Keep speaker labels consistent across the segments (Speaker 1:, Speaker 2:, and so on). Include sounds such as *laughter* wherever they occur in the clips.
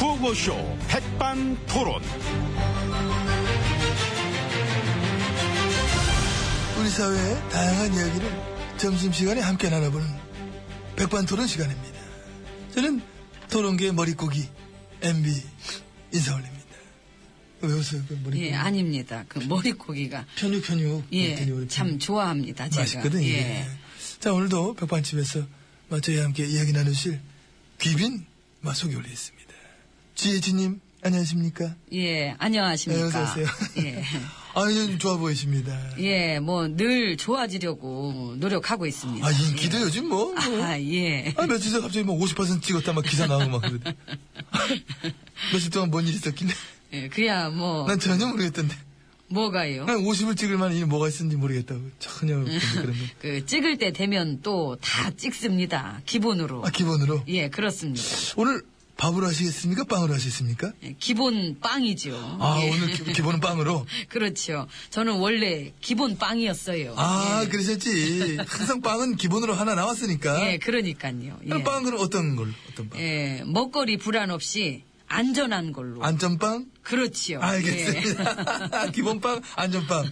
Speaker 1: 라디오쇼 백반 토론.
Speaker 2: 우리 사회의 다양한 이야기를 점심시간에 함께 나눠보는 백반토론 시간입니다. 저는 토론계 머릿고기 MB 인사올입니다. 왜 웃어요? 그 머릿고기.
Speaker 3: 예, 아닙니다. 그 머릿고기가
Speaker 2: 편육 편육. 그랬더니
Speaker 3: 예,
Speaker 2: 우리
Speaker 3: 참
Speaker 2: 편육.
Speaker 3: 좋아합니다. 제가.
Speaker 2: 맛있거든.
Speaker 3: 예.
Speaker 2: 예. 자 오늘도 백반집에서 마, 저희와 함께 이야기 나누실 귀빈 마, 소개 올리겠습니다. 지혜진님 안녕하십니까?
Speaker 3: 예, 안녕하십니까?
Speaker 2: 네, 어서 오세요.
Speaker 3: 예.
Speaker 2: *laughs* 아유 좋아 보이십니다.
Speaker 3: 예, 뭐 늘 좋아지려고 노력하고 있습니다. 예.
Speaker 2: 아 인기도 요즘 뭐. 뭐.
Speaker 3: 아, 예.
Speaker 2: 아, 며칠 전에 갑자기 뭐 50% 찍었다 막 기사 나오고 막 그러대. *laughs* 며칠 동안 뭔 일이 있었길래.
Speaker 3: 예, 그야 뭐
Speaker 2: 난 전혀 모르겠던데.
Speaker 3: 뭐가요?
Speaker 2: 난 50을 찍을 만한 일이 뭐가 있었는지 모르겠다고. 전혀 모르겠는데, 그런 거.
Speaker 3: 그 찍을 때 되면 또 다 찍습니다. 기본으로.
Speaker 2: 아, 기본으로.
Speaker 3: 예, 그렇습니다.
Speaker 2: 오늘 밥으로 하시겠습니까? 빵으로 하시겠습니까?
Speaker 3: 예, 기본 빵이죠.
Speaker 2: 아,
Speaker 3: 예.
Speaker 2: 오늘 기, 본은 빵으로.
Speaker 3: *laughs* 그렇죠. 저는 원래 기본 빵이었어요.
Speaker 2: 아,
Speaker 3: 예.
Speaker 2: 그러셨지. 항상 빵은 기본으로 하나 나왔으니까.
Speaker 3: 예, 그러니까요. 예.
Speaker 2: 그럼 빵은 어떤 걸로? 어떤 빵?
Speaker 3: 예, 먹거리 불안 없이 안전한 걸로.
Speaker 2: 아, 안전빵?
Speaker 3: 그렇지요. 예.
Speaker 2: 알겠습니다. 아, *laughs* 기본빵, 안전빵.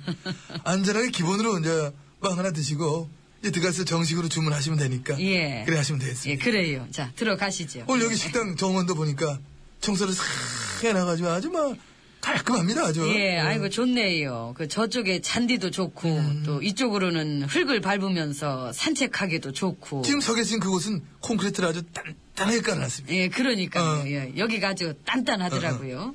Speaker 2: 안전하게 기본으로 이제 빵 하나 드시고, 이제 들어가서 정식으로 주문하시면 되니까.
Speaker 3: 예.
Speaker 2: 그래 하시면
Speaker 3: *laughs* 예. 예,
Speaker 2: 되겠습니다.
Speaker 3: 그래요. 자, 들어가시죠.
Speaker 2: 오늘 여기 식당 정원도 보니까 청소를 싹 해놔가지고 아주 막 깔끔합니다, 아주.
Speaker 3: 예, 아이고 좋네요. 그 저쪽에 잔디도 좋고
Speaker 2: 음.
Speaker 3: 또 이쪽으로는 흙을 밟으면서 산책하기도 좋고.
Speaker 2: 지금 서 계신 그곳은 콘크리트를 아주 단단하게 깔아놨습니다.
Speaker 3: 예, 그러니까요.
Speaker 2: 어.
Speaker 3: 예, 여기가 아주 단단하더라고요.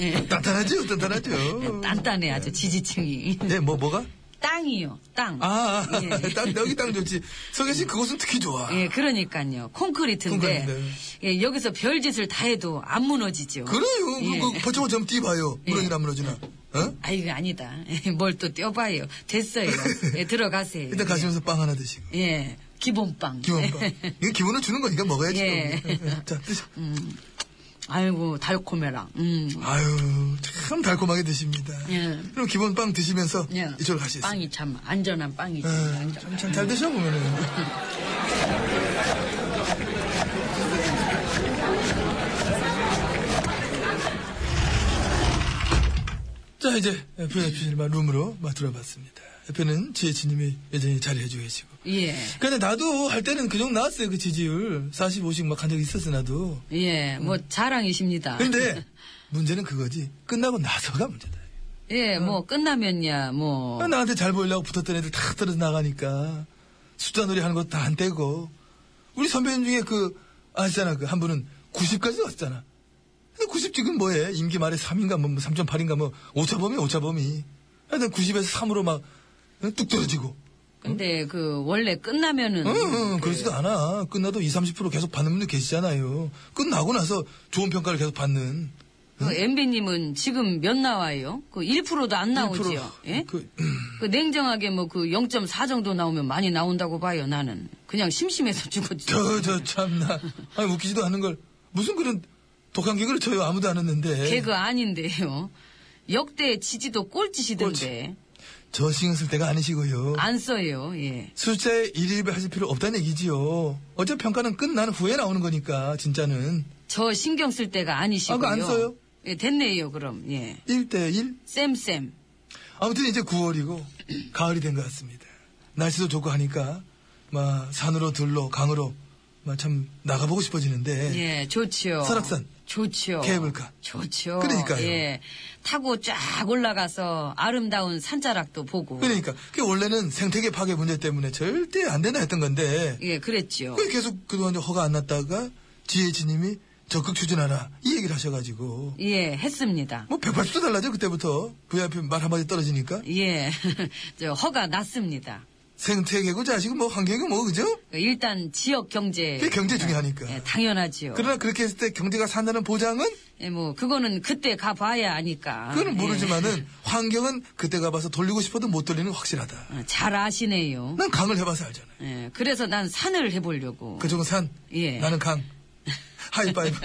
Speaker 3: 예.
Speaker 2: 단단하죠, 단단하죠.
Speaker 3: 단단해 아주 지지층이.
Speaker 2: 네, 뭐, 뭐가?
Speaker 3: 땅이요. 땅.
Speaker 2: 아, 아
Speaker 3: 예.
Speaker 2: *laughs* 땅, 여기 땅 좋지. 서 계신 그곳은 특히 좋아.
Speaker 3: 예, 그러니까요. 콘크리트인데
Speaker 2: 콘크리트인데.
Speaker 3: 예, 여기서 별짓을 다 해도 안 무너지죠.
Speaker 2: 그래요.
Speaker 3: 예.
Speaker 2: 그, 그, 버쩍 좀 뛰봐요. 무너지나, 안 무너지나. 어?
Speaker 3: 아, 이거 아니다. *laughs* 뭘 또 떼어봐요. 됐어요. 예, 들어가세요.
Speaker 2: 일단 가시면서 빵 하나 드시고.
Speaker 3: 예, 기본빵. *laughs*
Speaker 2: 기본빵. 이거 기본을 주는 거니까 먹어야지.
Speaker 3: 예. 음.
Speaker 2: 또. 자, 드셔.
Speaker 3: 아이고, 달콤해라. 음.
Speaker 2: 아유, 참 달콤하게 드십니다.
Speaker 3: 예.
Speaker 2: 그럼 기본빵 드시면서
Speaker 3: 예.
Speaker 2: 이쪽으로 가시겠습니다.
Speaker 3: 빵이 참 안전한 빵이죠.
Speaker 2: 예,
Speaker 3: 안전한.
Speaker 2: 참, 참, 잘 드셔보면은. *laughs* 자, 이제 FFC 룸으로 막 들어봤습니다. 옆에는 지혜진님이 여전히 자리해주고 계시고.
Speaker 3: 예.
Speaker 2: 근데 나도 할 때는 그 정도 나왔어요, 그 지지율. 45씩 막 한 적이 있었어, 나도.
Speaker 3: 예, 뭐 자랑이십니다.
Speaker 2: 음. 근데 문제는 그거지. 끝나고 나서가 문제다.
Speaker 3: *laughs* 예,
Speaker 2: 음.
Speaker 3: 뭐 끝나면야 뭐
Speaker 2: 아, 나한테 잘 보이려고 붙었던 애들 다 떨어져 나가니까 숫자 놀이 하는 것도 다 안 떼고 우리 선배님 중에 그 아시잖아 그 한 분은 90까지 왔잖아 근데 90 지금 뭐해 임기 말에 3인가 뭐 3.8인가 뭐 오차범위 오차범위 하여튼 90에서 3으로 막 뚝 떨어지고
Speaker 3: 근데 그 원래 끝나면은
Speaker 2: 응, 응, 음,
Speaker 3: 예.
Speaker 2: 그러지도 않아 끝나도 20, 30% 계속 받는 분들 계시잖아요 끝나고 나서 좋은 평가를 계속 받는
Speaker 3: 그 MB님은 지금 몇 나와요? 그 1%도 안 나오지요.
Speaker 2: 1%.
Speaker 3: 예?
Speaker 2: 그,
Speaker 3: 그 냉정하게 뭐 그 0.4 정도 나오면 많이 나온다고 봐요, 나는. 그냥 심심해서 *laughs* 죽었지.
Speaker 2: 저, 저, 참나. 아니, 웃기지도 않은 걸. 무슨 그런 독한 개그를 쳐요. 아무도 안 했는데.
Speaker 3: 개그 아닌데요. 역대 지지도 꼴찌시던데.
Speaker 2: 저 신경 쓸 때가 아니시고요.
Speaker 3: 안 써요, 예.
Speaker 2: 숫자에 일일배 하실 필요 없다는 얘기지요. 어차 평가는 끝난 후에 나오는 거니까, 진짜는.
Speaker 3: 저 신경 쓸 때가 아니시고요.
Speaker 2: 아, 그거 안 써요?
Speaker 3: 예, 됐네요, 그럼. 예.
Speaker 2: 1대1.
Speaker 3: 쌤쌤.
Speaker 2: 아무튼 이제 9월이고, 가을이 된 것 같습니다. 날씨도 좋고 하니까, 막, 산으로, 들로, 강으로, 막, 참, 나가보고 싶어지는데.
Speaker 3: 예, 좋지요.
Speaker 2: 네. 설악산.
Speaker 3: 좋지요.
Speaker 2: 케이블카.
Speaker 3: 좋지요.
Speaker 2: 그러니까요.
Speaker 3: 예. 타고 쫙 올라가서 아름다운 산자락도 보고.
Speaker 2: 그러니까. 그게 원래는 생태계 파괴 문제 때문에 절대 안 된다 했던 건데.
Speaker 3: 예, 그랬지요.
Speaker 2: 그 계속 그동안 허가 안 났다가 지혜진님이 적극 추진하라 이 얘기를 하셔가지고
Speaker 3: 예, 했습니다.
Speaker 2: 뭐 180도 달라져 그때부터 VIP 말 한마디 떨어지니까
Speaker 3: 예, *laughs* 저 허가 났습니다.
Speaker 2: 생태계고 자식은 뭐 환경이고 뭐 그죠?
Speaker 3: 일단 지역 경제.
Speaker 2: 그게 경제 중요하니까
Speaker 3: 예, 당연하지요.
Speaker 2: 그러나 그렇게 했을 때 경제가 산다는 보장은
Speaker 3: 예, 뭐 그거는 그때 가봐야 아니까.
Speaker 2: 그거는
Speaker 3: 예.
Speaker 2: 모르지만은 환경은 그때 가봐서 돌리고 싶어도 못 돌리는 건 확실하다
Speaker 3: 아, 잘 아시네요.
Speaker 2: 난 강을 해봐서 알잖아요
Speaker 3: 예, 그래서 난 산을 해보려고.
Speaker 2: 그쪽은 산
Speaker 3: 예.
Speaker 2: 나는 강
Speaker 3: *laughs*
Speaker 2: 하이파이브.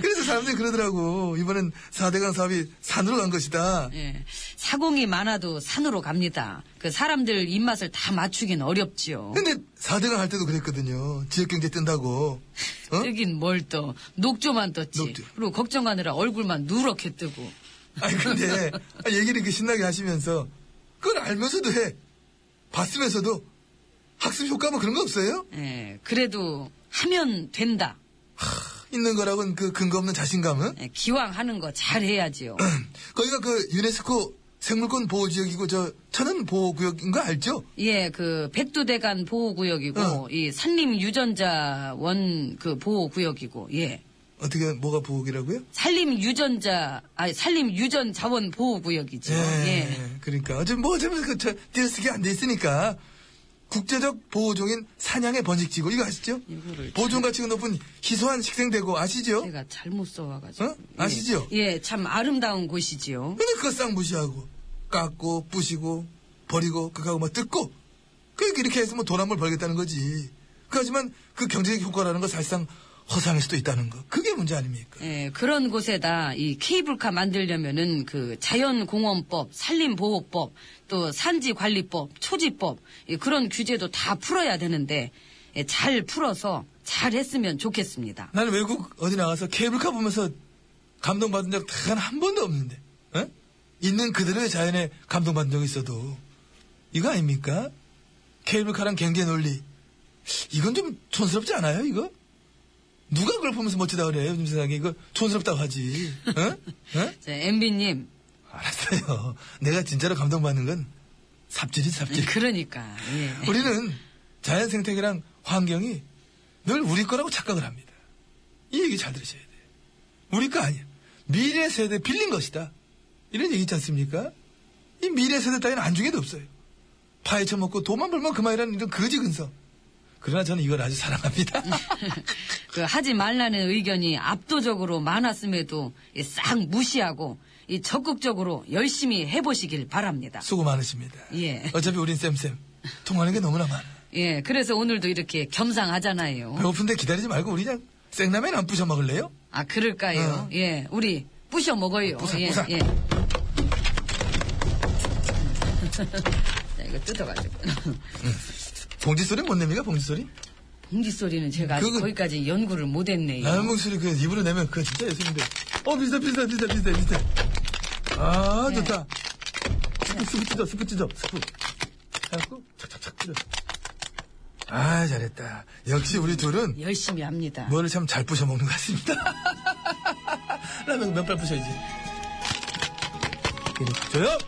Speaker 2: 그래서 사람들이 그러더라고. 이번엔 4대강 사업이 산으로 간 것이다.
Speaker 3: 예. 사공이 많아도 산으로 갑니다. 그 사람들 입맛을 다 맞추긴 어렵지요.
Speaker 2: 근데 4대강 할 때도 그랬거든요. 지역경제 뜬다고. 어?
Speaker 3: 뜨긴 뭘 떠. 녹조만 떴지.
Speaker 2: 녹조.
Speaker 3: 그리고 걱정하느라 얼굴만 누렇게 뜨고.
Speaker 2: 아니, 근데 얘기를 이렇게 신나게 하시면서 그걸 알면서도 해. 봤으면서도 학습 효과 뭐 그런 거 없어요?
Speaker 3: 예. 그래도 하면 된다.
Speaker 2: 있는 거라고는 그 근거 없는 자신감은?
Speaker 3: 예, 기왕 하는
Speaker 2: *clears throat*
Speaker 3: 거 잘해야지요.
Speaker 2: 거기가 그 유네스코 생물권 보호 지역이고 저 천연 보호 구역인 거 알죠?
Speaker 3: 예, 그 백두대간 보호구역이고
Speaker 2: 어.
Speaker 3: 이 산림 유전자 원 그 보호구역이고 예.
Speaker 2: 어떻게 뭐가 보호기라고요?
Speaker 3: 산림 유전자 아니 산림 유전 자원 보호구역이죠. 예.
Speaker 2: 그러니까 어차피 뭐 어차피 그저 띄어쓰기 안 돼 있으니까 국제적 보호종인 사냥의 번식지고 이거 아시죠?
Speaker 3: 이거를
Speaker 2: 보존 가치가 높은 희소한 식생대고 아시죠?
Speaker 3: 제가 잘못 써와가지고
Speaker 2: 어? 아시죠?
Speaker 3: 예, 예, 참 아름다운 곳이지요.
Speaker 2: 근데 그거 싹 무시하고 깎고 부시고 버리고 그거하고 막 뜯고 그러니까 이렇게 해서 뭐 돈한번 벌겠다는 거지. 하지만 그 경제적 효과라는 거 사실상 허상일 수도 있다는 거. 그게 문제 아닙니까?
Speaker 3: 예, 그런 곳에다 이 케이블카 만들려면은 그 자연공원법, 산림보호법, 또 산지관리법, 초지법 예, 그런 규제도 다 풀어야 되는데 예, 잘 풀어서 잘 했으면 좋겠습니다.
Speaker 2: 나는 외국 어디 나가서 케이블카 보면서 감동받은 적 단 한 번도 없는데. 어? 있는 그대로의 자연에 감동받은 적이 있어도 이거 아닙니까? 케이블카랑 경제 논리. 이건 좀 촌스럽지 않아요, 이거? 누가 그걸 보면서 멋지다 그래요, 요즘 세상에. 이거 촌스럽다고 하지. 어? 어?
Speaker 3: 자, MB님,
Speaker 2: 알았어요. 내가 진짜로 감동받는 건 삽질이 삽질.
Speaker 3: 그러니까 예.
Speaker 2: 우리는 자연 생태계랑 환경이 늘 우리 거라고 착각을 합니다. 이 얘기 잘 들으셔야 돼요. 우리 거 아니야. 미래 세대 빌린 것이다. 이런 얘기 있지 않습니까? 이 미래 세대 따위는 안중에도 없어요. 파헤쳐먹고 돈만 벌면 그만이라는 이런 거지 근성. 그러나 저는 이걸 아주 사랑합니다.
Speaker 3: 그 하지 말라는 의견이 압도적으로 많았음에도 이싹 무시하고 이 적극적으로 열심히 해보시길 바랍니다.
Speaker 2: 수고 많으십니다.
Speaker 3: 예.
Speaker 2: 어차피 우린 쌤쌤. 통하는 게 너무나 많아.
Speaker 3: 예, 그래서 오늘도 이렇게 겸상하잖아요.
Speaker 2: 배고픈데 기다리지 말고 우리 그냥 생라면 안 부셔 먹을래요?
Speaker 3: 아 그럴까요?
Speaker 2: 어.
Speaker 3: 예, 우리 부셔 먹어요.
Speaker 2: 부숴,
Speaker 3: 예,
Speaker 2: 부숴.
Speaker 3: 예. *laughs* 자, 이거 뜯어가지고.
Speaker 2: 봉지 소리 못 냅니까 봉지 소리?
Speaker 3: 봉지 소리는 제가 아직
Speaker 2: 그거-
Speaker 3: 거기까지 연구를 못했네요.
Speaker 2: 라면 목소리 그 입으로 내면 그거 진짜 예술인데. 어, 비슷해, 비슷해, 비슷해, 비슷해, 비슷해. 아, 좋다. 스프, 스프 찢어, 스프 찢어, 스프. 해갖고, 착착착 찢어. 아, 잘했다. 역시 우리 둘은
Speaker 3: 열심히 합니다.
Speaker 2: 뭐를 참 잘 부셔먹는 것 같습니다. *laughs* 라면 몇발 부셔야지. 그리고 저요!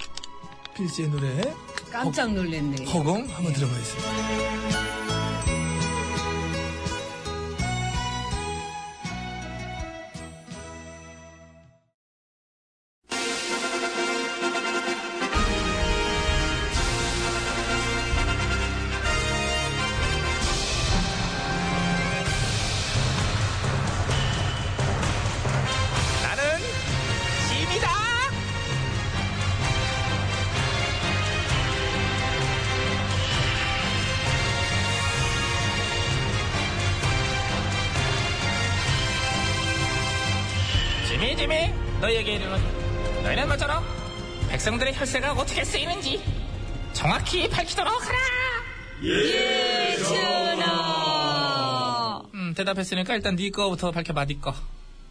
Speaker 2: 필씨의 노래,
Speaker 3: 깜짝 놀랐네. 요
Speaker 2: 허공 한번 들어보겠습니다.
Speaker 1: 나는 짐이다.
Speaker 4: 지미 지미 너희에게 이르는 너희는 뭐처럼 백성들의 혈세가 어떻게 쓰이는지 정확히 밝히도록 하라
Speaker 2: 어.
Speaker 3: 예준아.
Speaker 4: 음 대답했으니까 일단 네 거부터 밝혀봐 네거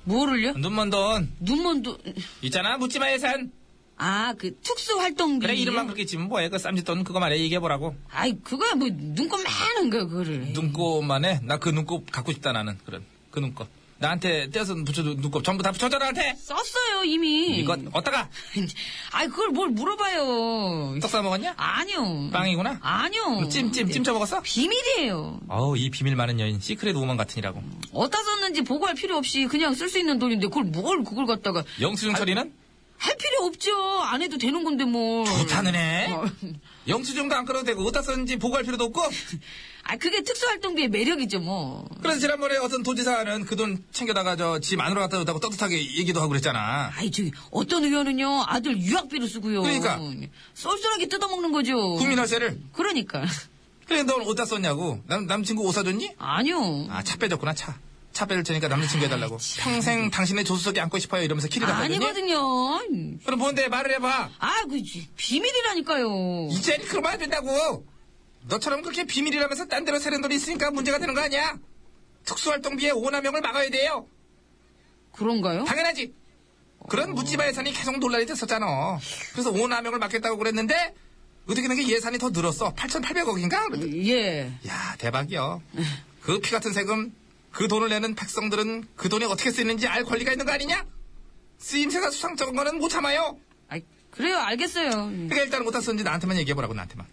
Speaker 3: 뭐를요?
Speaker 4: 눈먼 돈
Speaker 3: 눈먼도
Speaker 4: 있잖아 묻지마 예산
Speaker 3: 아 그 특수 활동비.
Speaker 4: 그래 이름만 그렇게 지면 뭐해 그 쌈짓 돈 그거 말해 얘기해보라고
Speaker 3: 아이 그거야 뭐 눈곱 많은 거야 그거를.
Speaker 4: 눈곱만 해나 그 눈곱 갖고 싶다 나는 그런 그 눈곱 나한테 떼어서 붙여도 눈곱 전부 다 붙여줘 나한테
Speaker 3: 썼어요 이미.
Speaker 4: 이거 어따가
Speaker 3: *laughs* 아이 그걸 뭘 물어봐요.
Speaker 4: 음, 떡 싸먹었냐?
Speaker 3: 아니요.
Speaker 4: 빵이구나? 뭐
Speaker 3: 아니요.
Speaker 4: 찜찜 찜 쳐먹었어?
Speaker 3: 비밀이에요.
Speaker 4: 어우 이 비밀 많은 여인 시크릿 우먼 같으니라고
Speaker 3: 어디다 썼는지 보고할 필요 없이 그냥 쓸 수 있는 돈인데 그걸 뭘 그걸 갖다가
Speaker 4: 영수증 처리는?
Speaker 3: 할 필요 없죠. 안 해도 되는 건데 뭘.
Speaker 4: 좋다는 애.
Speaker 3: 어.
Speaker 4: 영수증도 안 끌어도 되고 어디다 썼는지 보고할 필요도 없고
Speaker 3: 아 그게 특수활동비의 매력이죠 뭐.
Speaker 4: 그래서 지난번에 어떤 도지사는 그 돈 챙겨다가 저 집 안으로 갖다 줬다고 떳떳하게 얘기도 하고 그랬잖아
Speaker 3: 아이 저기 어떤 의원은요 아들 유학비로 쓰고요.
Speaker 4: 그러니까.
Speaker 3: 쏠쏠하게 뜯어먹는 거죠.
Speaker 4: 국민월세를
Speaker 3: 그러니까. *laughs*
Speaker 2: 그래, 넌 어디다 썼냐고. 남, 남친구 옷 사줬니?
Speaker 3: 아니요.
Speaker 2: 아, 차 빼줬구나, 차. 차 빼줄 테니까 남자친구 해달라고. 평생 당신의 조수석에 앉고 싶어요. 이러면서 키를
Speaker 3: 아,
Speaker 2: 갔거든요.
Speaker 3: 니거든요
Speaker 2: 그럼 뭔데, 말을 해봐.
Speaker 3: 아, 그, 비밀이라니까요.
Speaker 2: 이젠 그러면 안 된다고. 너처럼 그렇게 비밀이라면서 딴 데로 새는 돈이 있으니까 문제가 되는 거 아니야? 특수활동비의 오남용을 막아야 돼요.
Speaker 3: 그런가요?
Speaker 2: 어? 당연하지. 그런 묻지마 예산이 계속 논란이 됐었잖아. 그래서 오남용을 막겠다고 그랬는데 어떻게 된 게 예산이 더 늘었어. 8,800억인가?
Speaker 3: 예.
Speaker 2: 야 대박이요. 그 피 같은 세금, 그 돈을 내는 백성들은 그 돈이 어떻게 쓰이는지 알 권리가 있는 거 아니냐? 쓰임새가 수상쩍은 거는 못 참아요.
Speaker 3: 아, 그래요, 알겠어요.
Speaker 2: 그러니까 일단 은 어디다 썼는지 나한테만 얘기해보라고 나한테만.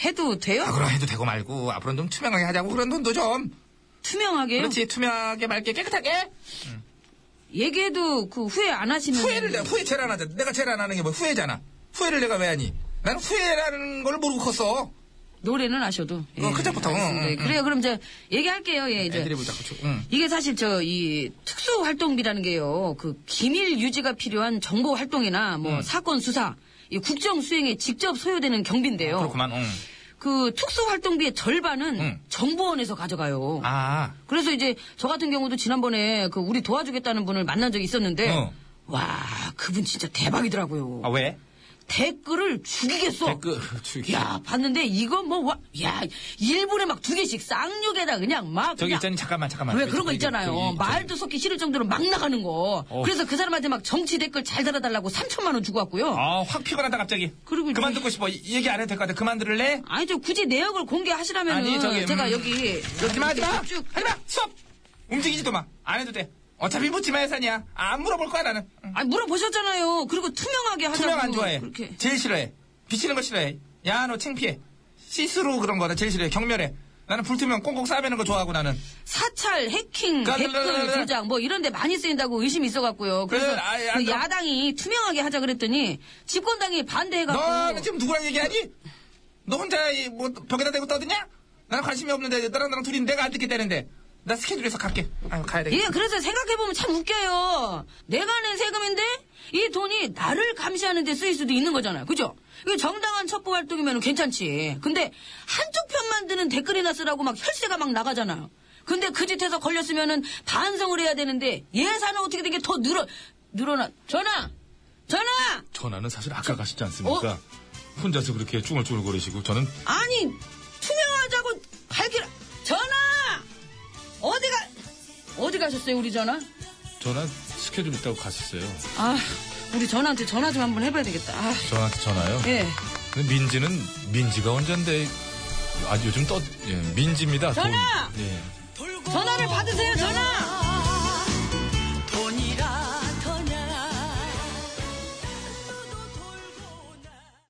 Speaker 3: 해도 돼요?
Speaker 2: 아 그럼 해도 되고 말고 앞으로는 좀 투명하게 하자고 그런 돈도 좀.
Speaker 3: 투명하게요?
Speaker 2: 그렇지 투명하게 맑게 깨끗하게.
Speaker 3: 얘기해도 그 후회 안 하시는.
Speaker 2: 후회를 내가 후회 제일 안 하자. 내가 제일 안 하는 게 뭐 후회잖아. 후회를 내가 왜 하니? 나는 후회라는 걸 모르고 컸어.
Speaker 3: 노래는 아셔도. 예.
Speaker 2: 어, 그때부터.
Speaker 3: 알겠습니다.
Speaker 2: 응, 응,
Speaker 3: 그래요, 그럼 저 얘기할게요. 예, 이제.
Speaker 2: 음. 애들이 보자. 그쵸? 응.
Speaker 3: 이게 사실 저 이 특수 활동비라는 게요. 그 기밀 유지가 필요한 정보 활동이나
Speaker 2: 음.
Speaker 3: 뭐 사건 수사, 이 국정 수행에 직접 소요되는 경비인데요.
Speaker 2: 아, 그렇구만. 응.
Speaker 3: 그 특수 활동비의 절반은
Speaker 2: 응.
Speaker 3: 정보원에서 가져가요.
Speaker 2: 음. 아
Speaker 3: 그래서 이제 저 같은 경우도 지난번에 그 우리 도와주겠다는 분을 만난 적이 있었는데
Speaker 2: 어.
Speaker 3: 와 그분 진짜 대박이더라고요.
Speaker 2: 아, 왜?
Speaker 3: 댓글을 죽이겠어.
Speaker 2: 댓글 *laughs* 주기.
Speaker 3: 야 봤는데 이거 뭐야 일본에 막 두 개씩 쌍욕에다 그냥 막
Speaker 2: 저기
Speaker 3: 그냥
Speaker 2: 있잖니 잠깐만 잠깐만.
Speaker 3: 왜 그런 거
Speaker 2: 저기,
Speaker 3: 있잖아요. 어,
Speaker 2: 저기,
Speaker 3: 말도 섞기 싫을 정도로 막 나가는 거.
Speaker 2: 어.
Speaker 3: 그래서 그 사람한테 막 정치 댓글 잘 달아달라고 3천만 원 주고 왔고요.
Speaker 2: 아, 확 피가 난다 갑자기.
Speaker 3: 그리고
Speaker 2: 그만
Speaker 3: 저기-
Speaker 2: 듣고 싶어. 이- 얘기 안 해도 될 것 같아. 그만 들을래?
Speaker 3: 아니 저 굳이 내역을 공개하시라면
Speaker 2: 아니, 저기,
Speaker 3: 제가
Speaker 2: 음.
Speaker 3: 여기
Speaker 2: 하지마 하지마.
Speaker 3: 쭉
Speaker 2: 하지마. 수업. 움직이지도 마. 안 해도 돼. 어차피 묻지마 예산이야. 안 물어볼 거야 나는. 응.
Speaker 3: 아니 물어보셨잖아요. 그리고 투명하게 하자고
Speaker 2: 투명 안 좋아해.
Speaker 3: 그렇게
Speaker 2: 제일 싫어해. 비치는 거 싫어해. 야 너 창피해. 시스루 그런 거나 제일 싫어해. 경멸해. 나는 불투명 꽁꽁 싸매는 거 좋아하고 나는.
Speaker 3: 사찰, 해킹,
Speaker 2: 그러니까
Speaker 3: 댓글
Speaker 2: 그러니까
Speaker 3: 조작 뭐 이런 데 많이 쓰인다고 의심이 있어갖고요. 그래서
Speaker 2: 그래, 아예 안
Speaker 3: 그
Speaker 2: 그럼-
Speaker 3: 야당이 투명하게 하자 그랬더니 집권당이
Speaker 2: 너는
Speaker 3: 반대해갖고
Speaker 2: 지금 누구랑 얘기하니? 너 혼자 이, 뭐 벽에다 대고 떠드냐? 나는 관심이 없는데 나랑 나랑 둘이 내가 안 듣게 되는데. 나 스케줄에서 갈게. 아 가야 되겠다.
Speaker 3: 예, 그래서 생각해보면 참 웃겨요. 내가 낸 세금인데 이 돈이 나를 감시하는 데 쓰일 수도 있는 거잖아요. 그죠? 이거 정당한 첩보 활동이면 괜찮지. 근데 한쪽 편만 드는 댓글이나 쓰라고 막 혈세가 막 나가잖아요. 근데 그 짓에서 걸렸으면은 반성을 해야 되는데 예산은 어떻게 된 게 더 늘어 늘어나 전화 전화
Speaker 5: 전화는 사실 아까 가시지 않습니까?
Speaker 3: 어?
Speaker 5: 혼자서 그렇게 쭈글쭈글 거리시고 저는
Speaker 3: 아니 투명하자고 밝히라 전화 어디가 어디 가셨어요 우리 전화
Speaker 5: 전화 스케줄 있다고 갔었어요.
Speaker 3: 아 우리 전화한테 전화 좀 한번 해봐야 되겠다 아,
Speaker 5: 전화한테 전화요.
Speaker 3: 예
Speaker 5: 근데 민지는 민지가 언젠데 아주 요즘 떠 예, 민지입니다.
Speaker 3: 전화!
Speaker 5: 돈. 예.
Speaker 3: 전화를 받으세요 전화